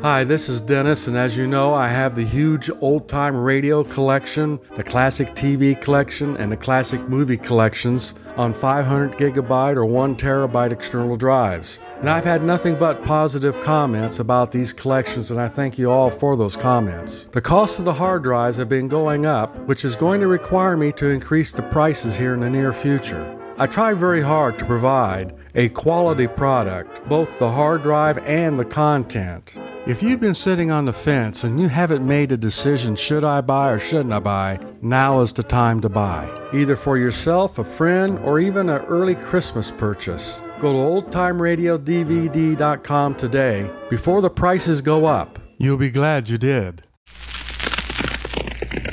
Hi, this is Dennis, and as you know, I have the huge old time radio collection, the classic TV collection, and the classic movie collections on 500 gigabyte or 1 terabyte external drives. And I've had nothing but positive comments about these collections, and I thank you all for those comments. The cost of the hard drives have been going up, which is going to require me to increase the prices here in the near future. I try very hard to provide a quality product, both the hard drive and the content. If you've been sitting on the fence and you haven't made a decision, should I buy or shouldn't I buy, now is the time to buy. Either for yourself, a friend, or even an early Christmas purchase. Go to oldtimeradiodvd.com today before the prices go up. You'll be glad you did.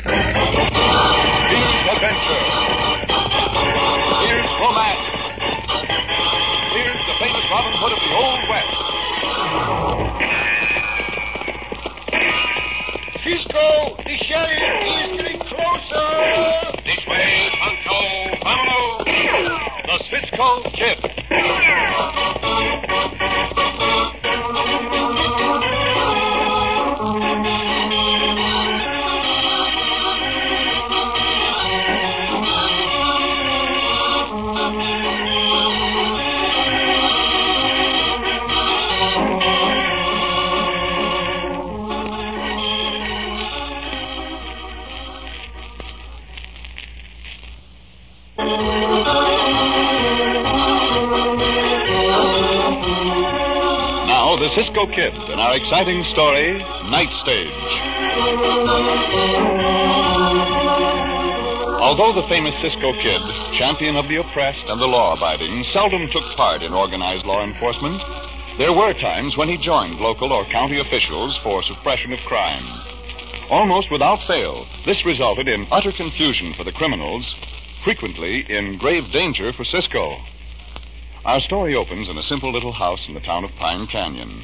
Here's adventure. Here's romance. Here's the famous Robin Hood of the Old West. Cisco, the sheriff is getting closer. This way, Pancho. Vamos. The Cisco Kid. Now, the Cisco Kid in our exciting story, Night Stage. Although the famous Cisco Kid, champion of the oppressed and the law abiding, seldom took part in organized law enforcement, there were times when he joined local or county officials for suppression of crime. Almost without fail, this resulted in utter confusion for the criminals, frequently in grave danger for Cisco. Our story opens in a simple little house in the town of Pine Canyon.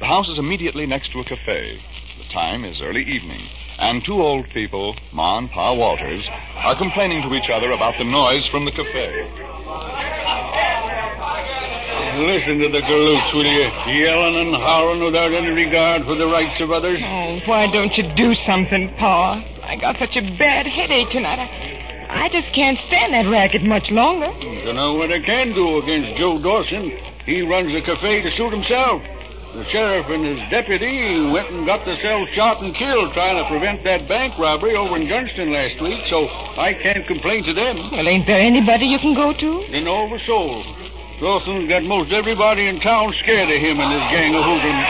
The house is immediately next to a cafe. The time is early evening, and two old people, Ma and Pa Walters, are complaining to each other about the noise from the cafe. Listen to the galoots, will you? Yelling and howling without any regard for the rights of others. Oh, why don't you do something, Pa? I got such a bad headache tonight. I, I just can't stand that racket much longer. You know what I can do against Joe Dawson? He runs the cafe to suit himself. The sheriff and his deputy went and got themselves shot and killed trying to prevent that bank robbery over in Gunston last week, so I can't complain to them. Well, ain't there anybody you can go to? An over soul. Dawson's got most everybody in town scared of him and his gang of hoodlums.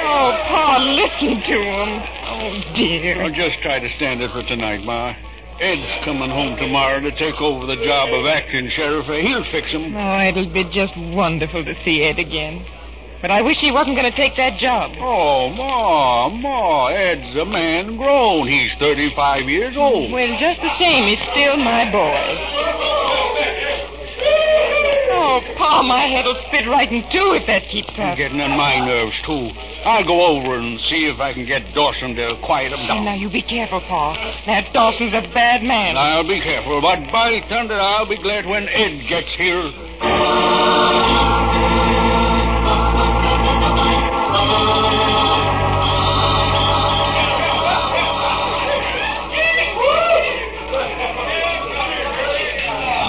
Oh, Pa, listen to him. Oh, dear. I'll just try to stand it for tonight, Ma. Ed's coming home tomorrow to take over the job of acting sheriff. He'll fix him. Oh, it'll be just wonderful to see Ed again. But I wish he wasn't going to take that job. Oh, Ma, Ma, Ed's a man grown. He's 35 years old. Well, just the same, he's still my boy. Oh, Pa, my head'll spit right in two if that keeps I'm up. getting on my nerves, too. I'll go over and see if I can get Dawson to quiet him Oh, now down. you be careful, Pa. That Dawson's a bad man. And I'll be careful, but by thunder, I'll be glad when Ed gets here.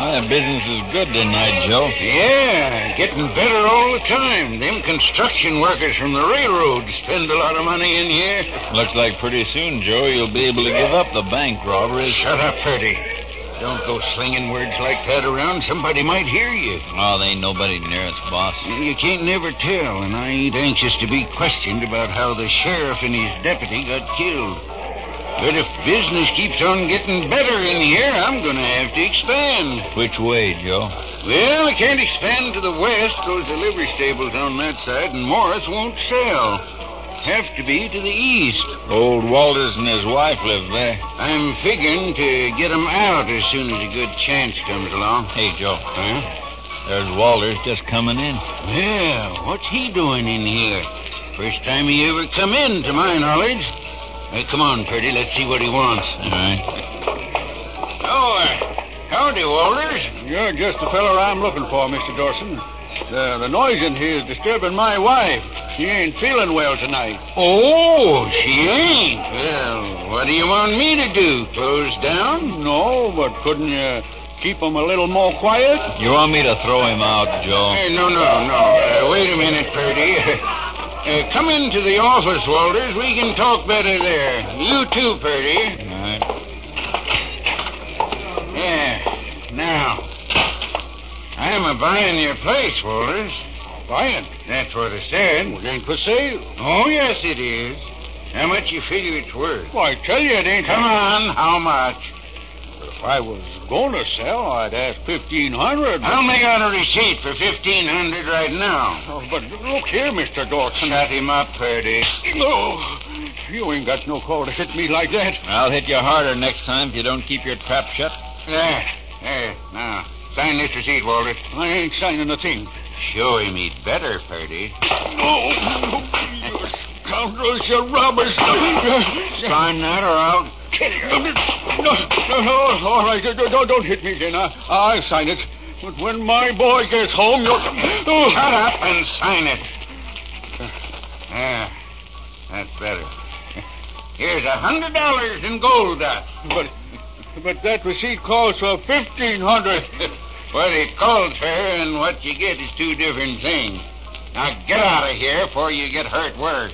My business is good tonight, Joe. Yeah, getting better all the time. Them construction workers from the railroad spend a lot of money in here. Looks like pretty soon, Joe, you'll be able to give up the bank robbery. Shut up, Purdy. Don't go slinging words like that around. Somebody might hear you. Oh, they ain't nobody near us, boss. You can't never tell, and I ain't anxious to be questioned about how the sheriff and his deputy got killed. But if business keeps on getting better in here, I'm going to have to expand. Which way, Joe? Well, I can't expand to the west. Those delivery stables on that side, and Morris won't sell. Have to be to the east. Old Walters and his wife live there. I'm figuring to get 'em out as soon as a good chance comes along. Hey, Joe, Huh? there's Walters just coming in. Yeah, what's he doing in here? First time he ever come in, to my knowledge. Uh, come on, Purdy, let's see what he wants. All right. Oh, uh, howdy, Walters. You're just the fellow I'm looking for, Mr. Dawson. The, the noise in here is disturbing my wife. She ain't feeling well tonight. Oh, she ain't. Well, what do you want me to do? Close down? No, but couldn't you keep 'em a little more quiet? You want me to throw him out, Joe? Hey, no, no, no. Uh, wait a minute, Purdy. Uh, come into the office, Walters. We can talk better there. You too, All Purdy. right. Yeah. Now, I'm a buying your place, Walters. Buying? That's what I said. Well, it ain't for sale. Oh, yes, it is. How much you figure it's worth? Well, I tell you, it ain't. Come on, how much? If I was going to sell, I'd ask fifteen hundred. I'll make out a receipt for fifteen hundred right now. Oh, but look here, Mister Dawson. Shut him up, Purdy. No, you ain't got no call to hit me like that. I'll hit you harder next time if you don't keep your trap shut. There, there. Now, sign this receipt, Walters. I ain't signing a thing. Show him he'd better, Purdy. No, Oh, you scoundrels, you robbers! No, Sign that or I'll kill you. no, no, all right, don't, don't- don't hit me, then. I, I'll sign it. But when my boy gets home, you're. Oh, Shut up and sign it. There. That's better. Here's a hundred dollars in gold dust. But, but that receipt calls for fifteen hundred. what it calls for and what you get is two different things. Now get out of here before you get hurt worse.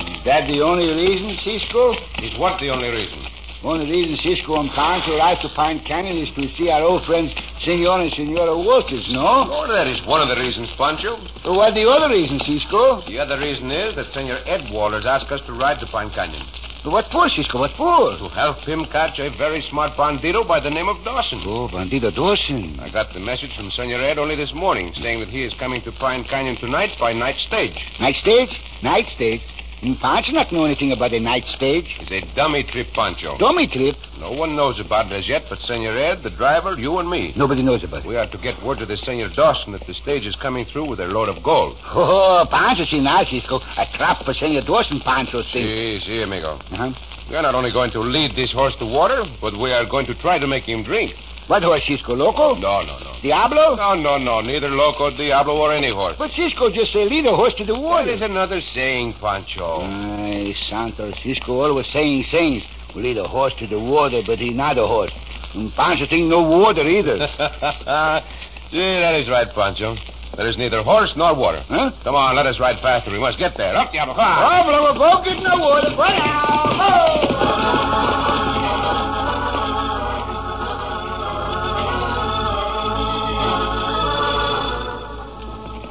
Is that the only reason, Cisco? Is what the only reason? One of the reasons Cisco and Khan arrived to Pine Canyon is to see our old friends, Senor and Senora Walters, no? Oh, that is one of the reasons, Pancho. But what the other reason, Cisco? The other reason is that Senor Ed Walters asked us to ride to Pine Canyon But what for, Cisco? What for? to help him catch a very smart bandito by the name of Dawson. Oh, Bandito Dawson. I got the message from Senor Ed only this morning saying that he is coming to Pine Canyon tonight by night stage. Night stage? Night stage? And Pancho not know anything about the night stage. It's a dummy trip, Pancho. Dummy trip. No one knows about it as yet, but Senor Ed, the driver, you and me. Nobody knows about it. We are to get word to the Senor Dawson that the stage is coming through with a load of gold. Oh, Pancho see now, Cisco. A trap for Senor Dawson, Pancho see. Si, si, amigo. Uh-huh. We are not only going to lead this horse to water, but we are going to try to make him drink. What was Cisco, loco? No, no, no. Diablo? No, no, no. Neither Loco, Diablo, or any horse. But Cisco just say lead a horse to the What water. is another saying, Pancho? Ay, Santo Cisco always saying things. We lead a horse to the water, but he not a horse. And Pancho think no water either. See, Mm. that is right, Pancho. There is neither horse nor water. huh? Come on, let us ride faster. We must get there. Up, Diablo. Come on. Oh, blow a boat, get in the water, but now.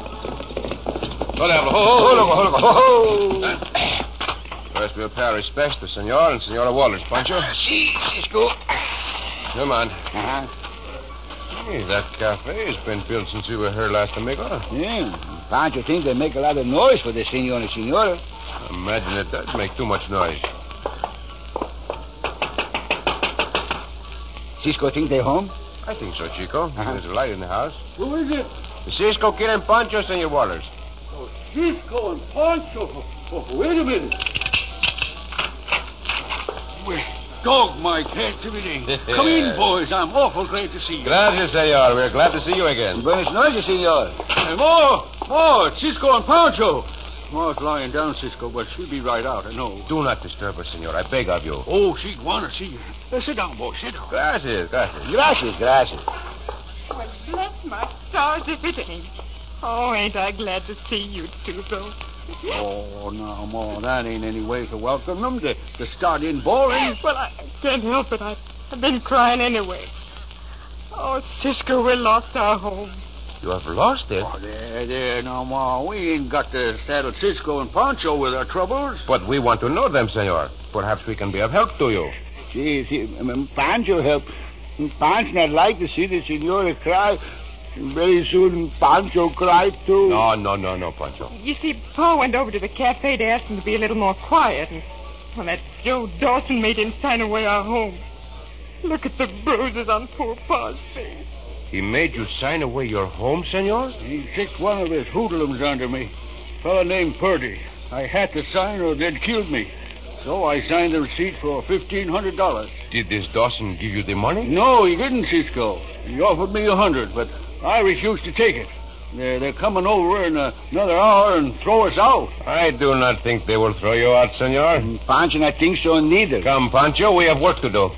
Go, Diablo. Ho, ho, ho, Loco, ho, Loco. Ho, ho. First, we'll pay our respects to Senor and Senora Walters, Pancho. See, Cisco. Come on. Uh-huh. Hey, that cafe has been built since we were here last, amigo. Yeah. Pancho think they make a lot of noise for the senor and senora. Imagine it does make too much noise. Cisco think they home? I think so, Chico. Uh-huh. There's a light in the house. Who is it? Cisco, Kid, and Pancho, Senor Walters. Cisco and Pancho. Oh, wait a minute. Well, dog, my captivity. Come in, boys. I'm awful glad to see you. Gracias, senor. We're glad to see you again. Buenos noches, senor. Hey, more, more, Cisco and Pancho. Ma's lying down, Cisco, but she'll be right out, I know. Do not disturb us, senor. I beg of you. Oh, she'd want to see you. Uh, sit down, boy, sit down. Gracias, gracias. Gracias, gracias. Well, bless my stars if it ain't. Oh, ain't I glad to see you two, though. Oh, now, Ma, that ain't any way to welcome them, to, to start in bowling. Well, I I can't help it. I, I've been crying anyway. Oh, Cisco, we lost our home. You have lost it. Oh, there, there, now, Ma, we ain't got to saddle Cisco and Pancho with our troubles. But we want to know them, senor. Perhaps we can be of help to you. See, see, um, Pancho help. Pancho not like to see the senora cry. Very soon, Pancho cry too. No, no, no, no, Pancho. You see, Pa went over to the cafe to ask him to be a little more quiet, and well, that Joe Dawson made him sign away our home. Look at the bruises on poor Pa's face. He made you sign away your home, senor? He kicked one of his hoodlums under me. Fella named Purdy. I had to sign or they'd killed me. So I signed the receipt for fifteen hundred dollars. Did this Dawson give you the money? No, he didn't, Cisco. He offered me a hundred, but I refused to take it. They're, they're coming over in a, another hour and throw us out. I do not think they will throw you out, senor. Pancho, I think so neither. Come, Pancho, we have work to do.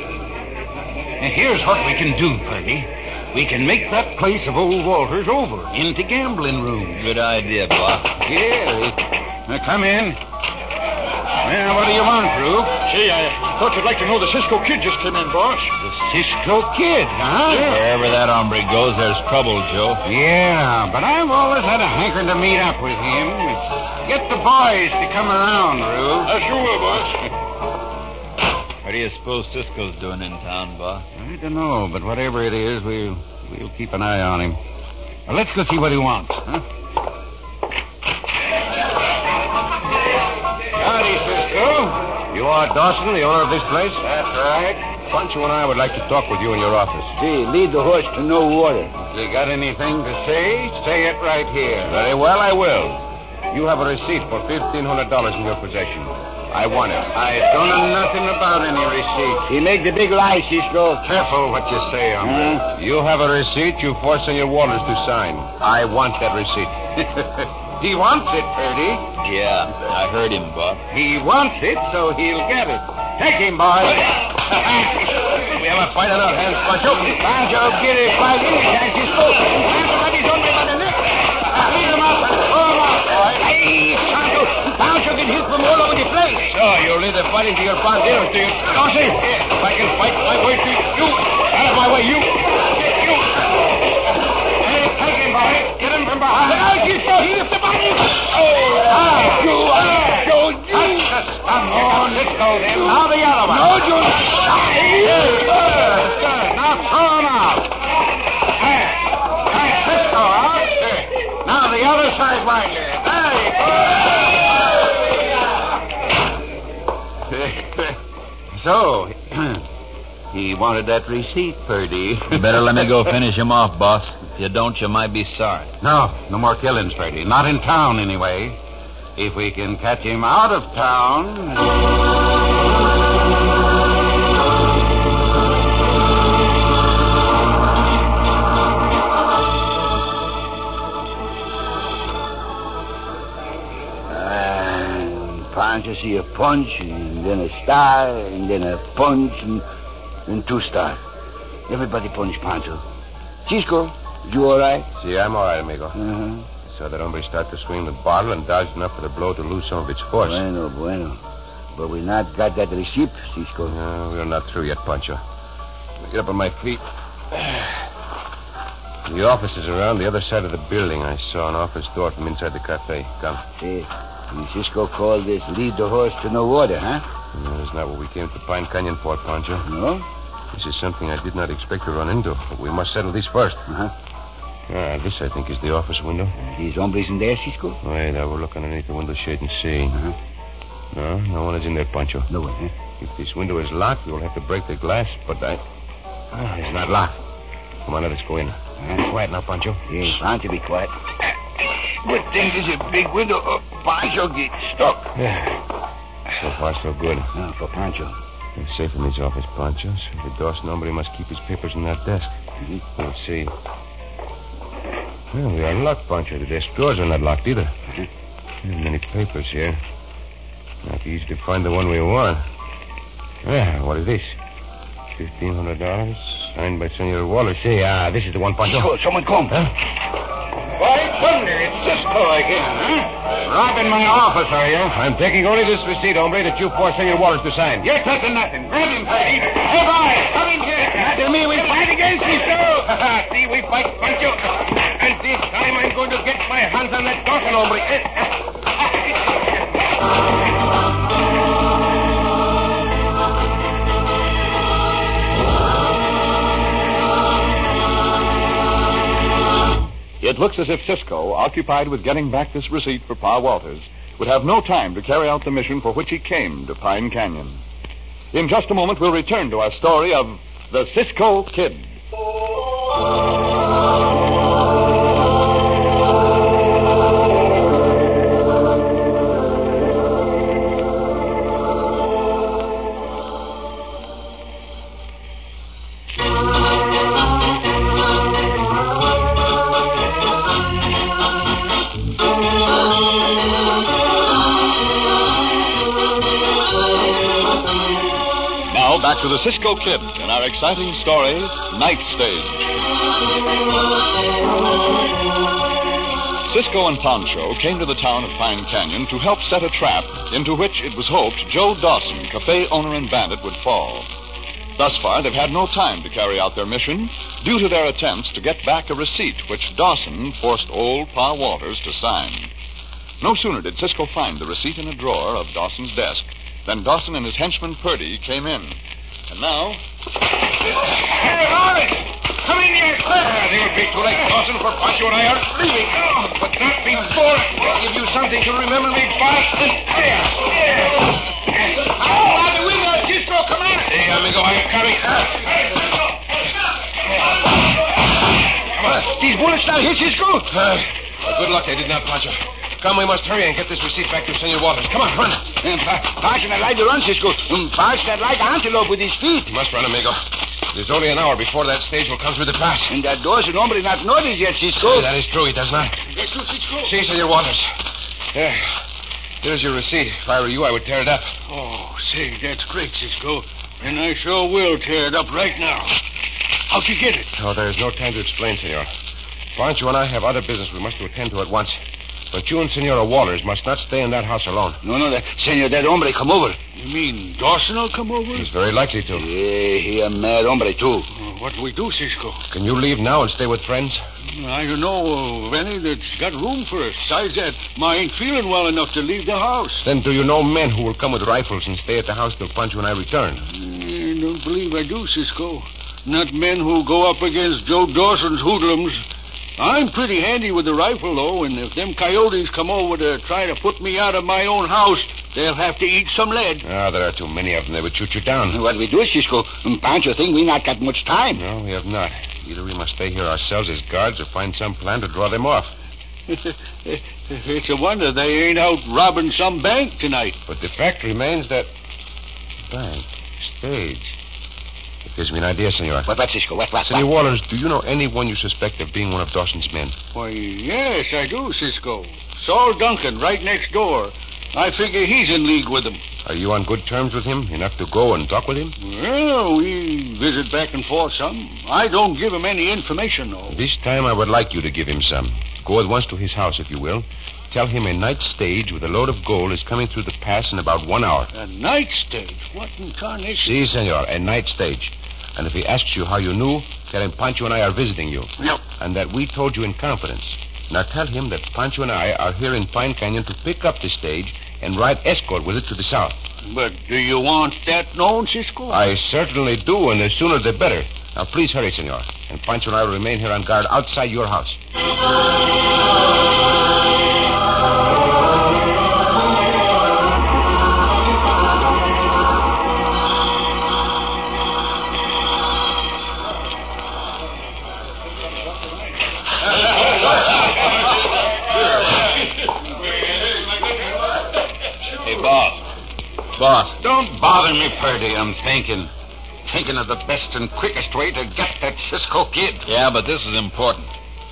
Now, here's what we can do, Purdy. We can make that place of old Walter's over into gambling eh? room. Good idea, Bob. Yeah. Now, come in. Now, what do you want, Rube? Gee, I thought you'd like to know the Cisco kid just came in, boss. The Cisco Kid, huh? Yeah. Wherever that hombre goes, there's trouble, Joe. Yeah, but I've always had a hankering to meet up with him. Get the boys to come around, Rube. I sure will, boss. What do you suppose Cisco's doing in town, Bob? I don't know, but whatever it is, we'll, we'll keep an eye on him. Now, let's go see what he wants, huh? Howdy, Cisco. You are Dawson, the owner of this place? That's right. Pancho and I would like to talk with you in your office. Hey, lead the horse to no water. If you got anything to say, say it right here. Very well, I will. You have a receipt for $1,500 in your possession. I want it. I don't know nothing about any receipt. He make the big lie, Cisco. Hmm? Careful what you say, hombre. Huh? You have a receipt you force Senor Waters to sign. I want that receipt. he wants it, Purdy. Yeah, I heard him, Bob. He wants it, so he'll get it. Take him, boy. We have a fight on our hands, Pancho. Pancho, get it by this chance you spoke. Everybody's on me by the neck. Lead him out and throw him out, boy. Hey, Pancho. Pancho get hit from all over the place. So you lead the fight into your banderos, do you? Dawson. If I can fight my way to you. Out of my way, you. Get you. Hey, take him, boy. Get him from behind. Now, Cisco, he is the body. Oh, ah, you are. Come on, let's go then. Now the other one. No, you... Now throw him out. Hey, hey, let's go out. Now the other side, Wilder. Hey, so, he wanted that receipt, Purdy. You better let me go finish him off, boss. If you don't, you might be sorry. No, no more killings, Freddy. Not in town, anyway. If we can catch him out of town. And Pancho see a punch, and then a star, and then a punch, and, and two star. Everybody punch Pancho. Cisco, you all right? See, I'm all right, amigo. Mm-hmm. Uh-huh. I saw that hombre start to swing the bottle and dodged enough for the blow to lose some of its force. Bueno, bueno. But we not got that receipt, Cisco. No, we're not through yet, Pancho. Let me Get up on my feet. The office is around the other side of the building. I saw an office door from inside the cafe. Come. Hey, and Cisco called this lead the horse to no water, huh? No, that's not what we came to Pine Canyon for, Pancho. No? This is something I did not expect to run into, but we must settle this first. Uh-huh. Ah, this, I think, is the office window. These hombres in there, Cisco? Wait, I will look underneath the window shade and see. No, no one is in there, Pancho. No one, eh? huh? If this window is locked, we will have to break the glass, but I. Ah, it's not locked. Come on, let us go in. Eh, Quiet now, Pancho. Hey, Pancho, be quiet. Good thing there's a big window. Oh, Pancho gets stuck. Yeah. So far, so good. Now, Ah, for Pancho. We're safe in this office, Pancho. So the Dawson hombre must keep his papers in that desk. We'll see. Well, we are locked, Pancho. The desk drawers are not locked either. There are many papers here. Not easy to find the one we want. Well, what is this? Fifteen hundred dollars, signed by Senor Wallace. Say, ah, this is the one, Pancho. someone come. Why, thunder, it's Cisco again, huh? Robbing my office, are you? I'm taking only this receipt, hombre, that you forced Senor Wallace to sign. You're taking nothing. Grab him, Purdy. Hey, boy, come in here. Not to me. We fight against you, so. see, we fight, Pancho. And this time I'm going to get my hands on that Dawson hombre. Eh, It looks as if Cisco, occupied with getting back this receipt for Pa Walters, would have no time to carry out the mission for which he came to Pine Canyon. In just a moment, we'll return to our story of the Cisco Kid. back to the Cisco Kid in our exciting story, Night Stage. Cisco and Pancho came to the town of Pine Canyon to help set a trap into which it was hoped Joe Dawson, cafe owner and bandit, would fall. Thus far, they've had no time to carry out their mission due to their attempts to get back a receipt which Dawson forced old Pa Walters to sign. No sooner did Cisco find the receipt in a drawer of Dawson's desk than Dawson and his henchman Purdy came in. And now. Hey, Lawrence! Come in here! Ah, they would be too late, Dawson, for Pancho and I are leaving. Oh, but not before. I'll give you something to remember me by. There! There! Oh, out the window, Cisco! Come on! Hey, amigo, I'm coming. Come on. These bullets down here, Cisco? good luck they did not, Pancho. Come, we must hurry and get this receipt back to Senor Waters. Come on, run. Parson, I'd like to run, Cisco. Um, Parson, I'd like antelope with his feet. You must run, amigo. There's only an hour before that stage will come through the pass. And that does an hombre not notice yet, Cisco. Yeah, that is true. He does not. See, Senor Waters. There. Here's your receipt. If I were you, I would tear it up. Oh, say, that's great, Cisco. And I sure will tear it up right now. How'd you get it? Oh, there is no time to explain, Senor. Pancho and I have other business we must attend to at once. But you and Senora Waters must not stay in that house alone. No, no, that, senor, that hombre come over. You mean Dawson will come over? He's very likely to. Yeah, he a mad hombre, too. Uh, What do we do, Cisco? Can you leave now and stay with friends? I don't know of any that's got room for us. Besides that, Ma ain't feeling well enough to leave the house. Then do you know men who will come with rifles and stay at the house till Pancho and I return? I don't believe I do, Cisco. Not men who go up against Joe Dawson's hoodlums. I'm pretty handy with the rifle, though, and if them coyotes come over to try to put me out of my own house, they'll have to eat some lead. Ah, there are too many of them. They would shoot you down. What we do, Cisco? Um, Pancho think we not got much time. No, we have not. Either we must stay here ourselves as guards or find some plan to draw them off. it's a wonder they ain't out robbing some bank tonight. But the fact remains that. Bank. Stage. It gives me an idea, Senor. What, what, Cisco? What, what, Senor what? Waters, do you know anyone you suspect of being one of Dawson's men? Why, yes, I do, Cisco. Saul Duncan, right next door. I figure he's in league with them. Are you on good terms with him? Enough to go and talk with him? Well, we visit back and forth some. I don't give him any information, though. This time I would like you to give him some. Go at once to his house, if you will. Tell him a night stage with a load of gold is coming through the pass in about one hour. A night stage? What in carnation? See, senor, a night stage. And if he asks you how you knew, tell him Pancho and I are visiting you. No. And that we told you in confidence. Now tell him that Pancho and I are here in Pine Canyon to pick up the stage and ride escort with it to the south. But do you want that known, Cisco? I certainly do, and the sooner the better. Now please hurry, senor. And Pancho and I will remain here on guard outside your house. Hey, boss. Boss. Don't bother me, Purdy. I'm thinking. Thinking of the best and quickest way to get that Cisco kid. Yeah, but this is important.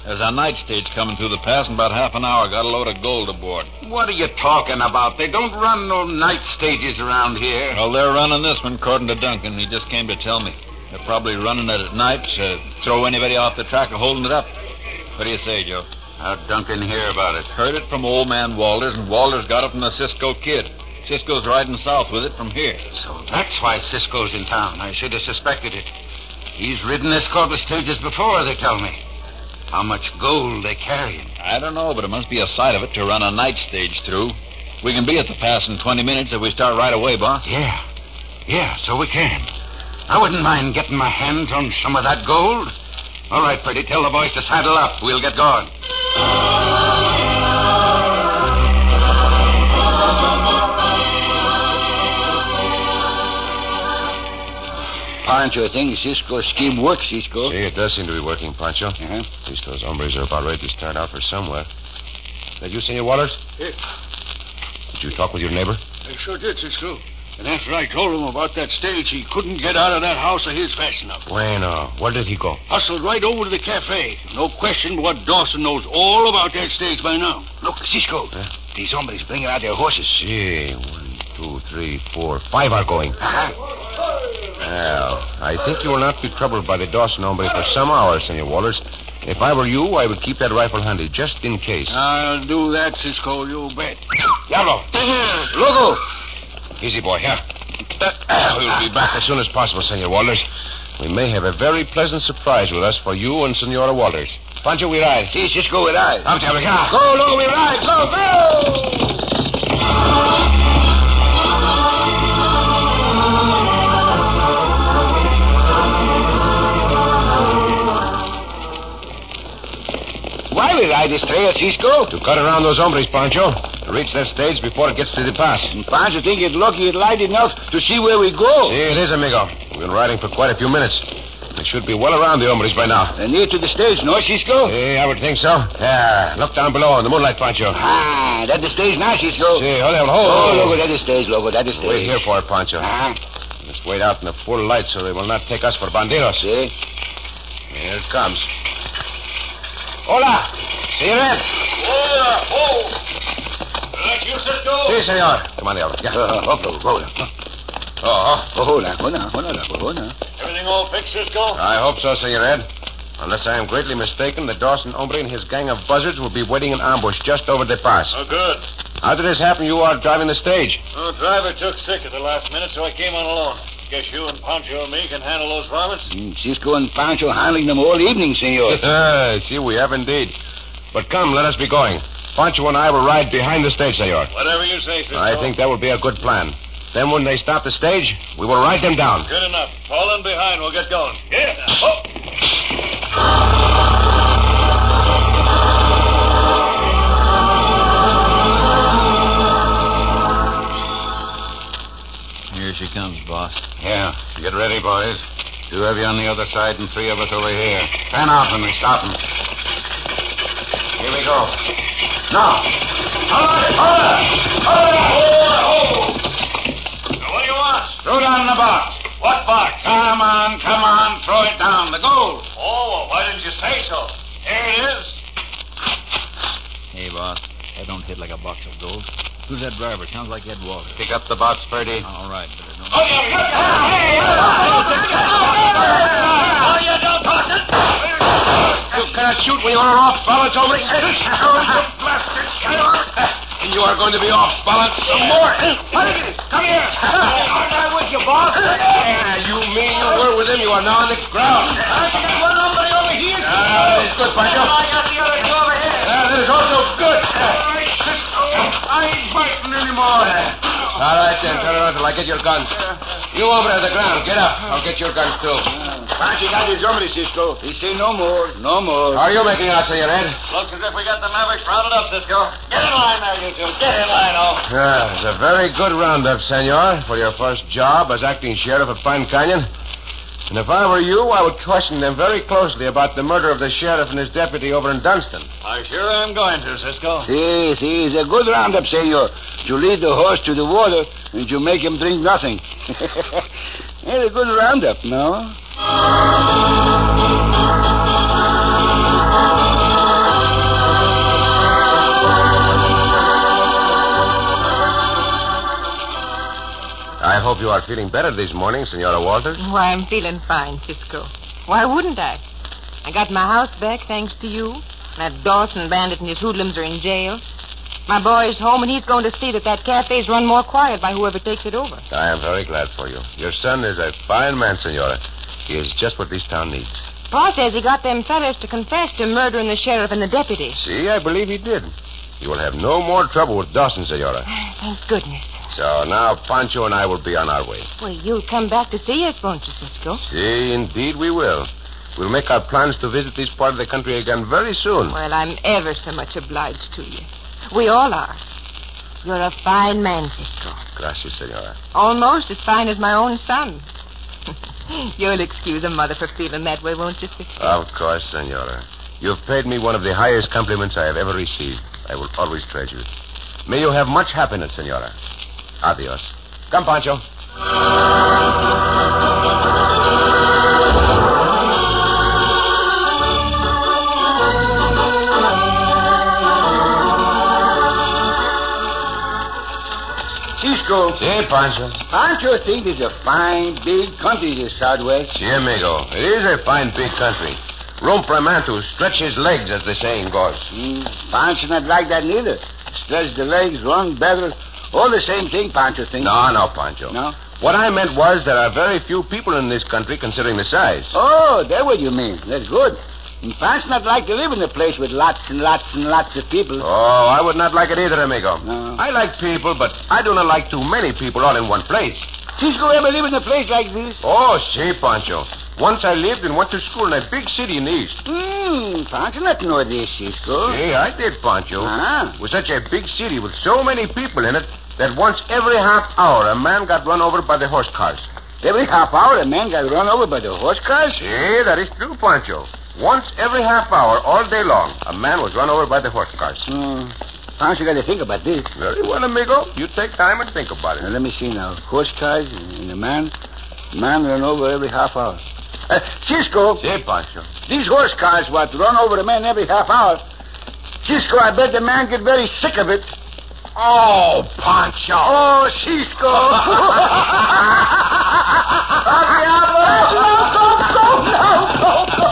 There's a night stage coming through the pass in about half an hour. Got a load of gold aboard. What are you talking about? They don't run no night stages around here. Well, they're running this one, according to Duncan. He just came to tell me. They're probably running it at night to throw anybody off the track or holding it up. What do you say, Joe? How'd Duncan hear about it? Heard it from old man Walters, and Walters got it from the Cisco kid. Cisco's riding south with it from here. So that's why Cisco's in town. I should have suspected it. He's ridden escort with stages before, they tell me. How much gold they carrying? I don't know, but it must be a sight of it to run a night stage through. We can be at the pass in 20 minutes if we start right away, boss. Yeah. Yeah, so we can. I wouldn't mind getting my hands on some of that gold. All right, Purdy, tell the boys to saddle up. We'll get going. Pancho think Cisco's scheme works, Cisco. See, it does seem to be working, Pancho. Uh-huh. At least those hombres are about ready to start out for somewhere. That you, Senor Waters? Yes. Did you talk with your neighbor? I sure did, Cisco. And after I told him about that stage, he couldn't get out of that house of his fast enough. Bueno. Where did he go? Hustled right over to the cafe. No question what Dawson knows all about that stage by now. Look, Cisco. These hombres bringing out their horses. Gee, one, two, three, four, five are going. Well, I think you will not be troubled by the Dawson hombre for some hours, Senor Waters. If I were you, I would keep that rifle handy just in case. Uh, I'll do that, Cisco, you bet. Diablo! Loco! Easy, boy, huh? We'll be back as soon as possible, Senor Walters. We may have a very pleasant surprise with us for you and Senora Walters. Pancho, we ride. Sí, Cisco, we ride. Vamos, Abigail. Go, Loco, we ride. Go, go! Why we ride this trail, Cisco? To cut around those hombres, Pancho. To reach that stage before it gets to the pass. Pancho think it lucky it light enough to see where we go. See, it is, amigo. We've been riding for quite a few minutes. They should be well around the hombres by now. And Uh, near to the stage, no, Cisco? Hey, I would think so. Yeah, look down below in the moonlight, Pancho. Ah, that the stage now, Cisco. See, hold on, Oh, hold Loco, that the stage, Loco, that the stage. Wait here for it, Pancho. Ah, Just wait out in the full light so they will not take us for bandidos. see? Here it comes. Hola! See you then. Yeah, oh! See, senor. Come on, Diablo. Yeah. Uh, hold on, hold on. Oh, Oh, hold on, hold on, hold on, Loco, hold on. Everything all fixed, Cisco? I hope so, Senor Ed. Unless I am greatly mistaken, the Dawson hombre and his gang of buzzards will be waiting in ambush just over the pass. Oh, good. How did this happen? You are driving the stage. The driver took sick at the last minute, so I came on alone. Guess you and Poncho and me can handle those varmints. Mm, Cisco and Pancho handling them all evening, senor. Ah, see, we have indeed. But come, let us be going. Pancho and I will ride behind the stage, senor. Whatever you say, Cisco. I think that will be a good plan. Then when they stop the stage, we will ride them down. Good enough. Fall in behind. We'll get going. Yeah. Oh. Here she comes, boss. Yeah. Get ready, boys. Two of you on the other side and three of us over here. Fan out when we stop them. Here we go. Now. Hold it! Hold it! Hold it! Now, what do you want? Throw down the box. What box? Come on, come on. Throw it down. The gold. Oh, well, why didn't you say so? Here it is. Hey, boss. That don't hit like a box of gold. Who's that driver? Sounds like Ed Walters. Pick up the box, Purdy. All right, but it don't. Oh, yeah, yeah, yeah. Hey, You cannot shoot when you are off balance, hombre. Oh, And you are going to be off balance some more. Come here. Aren't I with you, boss? Yeah, you mean you were with him. You are now on the ground. Ah, that is good, Pancho. Ah, That is also good. I ain't biting anymore. Ah. All right, then. Turn around till I get your guns. You over at the ground. Get up. I'll get your guns, too. Pancho got his hombre, Cisco. He say no more, no more. How are you making out, Senor Ed? Looks as if we got the Mavericks rounded up, Cisco. Get in line now, you two. Get in line, oh. Yeah, it's a very good roundup, senor, for your first job as acting sheriff of Pine Canyon. And if I were you, I would question them very closely about the murder of the sheriff and his deputy over in Dunston. I sure am going to, Cisco. See, see, it's a good roundup, senor, to lead the horse to the water and to make him drink nothing. it's a good roundup, no? I hope you are feeling better this morning, Senora Walters. Why, I'm feeling fine, Cisco. Why wouldn't I? I got my house back thanks to you. That Dawson bandit and his hoodlums are in jail. My boy's home, and he's going to see that that cafe's run more quiet by whoever takes it over. I am very glad for you. Your son is a fine man, Senora. He is just what this town needs. Pa says he got them fellas to confess to murdering the sheriff and the deputy. See, I believe he did. You will have no more trouble with Dawson, Senora. Thank goodness. So now Pancho and I will be on our way. Well, you'll come back to see us, won't you, Cisco? See, indeed we will. We'll make our plans to visit this part of the country again very soon. Well, I'm ever so much obliged to you. We all are. You're a fine man, Cisco. Gracias, senora. Almost as fine as my own son. You'll excuse a mother for feeling that way, won't you, Cisco? Of course, senora. You've paid me one of the highest compliments I have ever received. I will always treasure it. May you have much happiness, senora. Adios. Come, Pancho. Cisco, Cisco. See, Pancho. Don't you think it's a fine, big country, this Southwest? See, amigo. It is a fine big country. Rome Pramantu stretches legs, as the saying goes. Mm, Pancho not like that neither. Stretch the legs, run better. All the same thing, Pancho thinks. No, no, Pancho. No? What I meant was there are very few people in this country considering the size. Oh, that what you mean. That's good. And Pancho not like to live in a place with lots and lots and lots of people. Oh, I would not like it either, amigo. No. I like people, but I do not like too many people all in one place. Cisco ever live in a place like this? Oh, see, Pancho. Once I lived and went to school in a big city in the east. Hmm, Pancho not know this, Cisco. Hey, I did, Pancho. Oh. Ah. It was such a big city with so many people in it that once every half hour a man got run over by the horse cars. Every half hour, a man got run over by the horse cars. See, that is true, Pancho. Once every half hour, all day long, a man was run over by the horse cars. Hmm. Pancho got to think about this. Very well, amigo. You take time and think about Now, it. let me see now. Horse cars and a man. Man run over every half hour. Uh, Cisco, See, Pancho. these horse cars what run over a man every half hour. Cisco, I bet the man get very sick of it. Oh, Pancho. Oh, Cisco! Al diablo!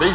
Be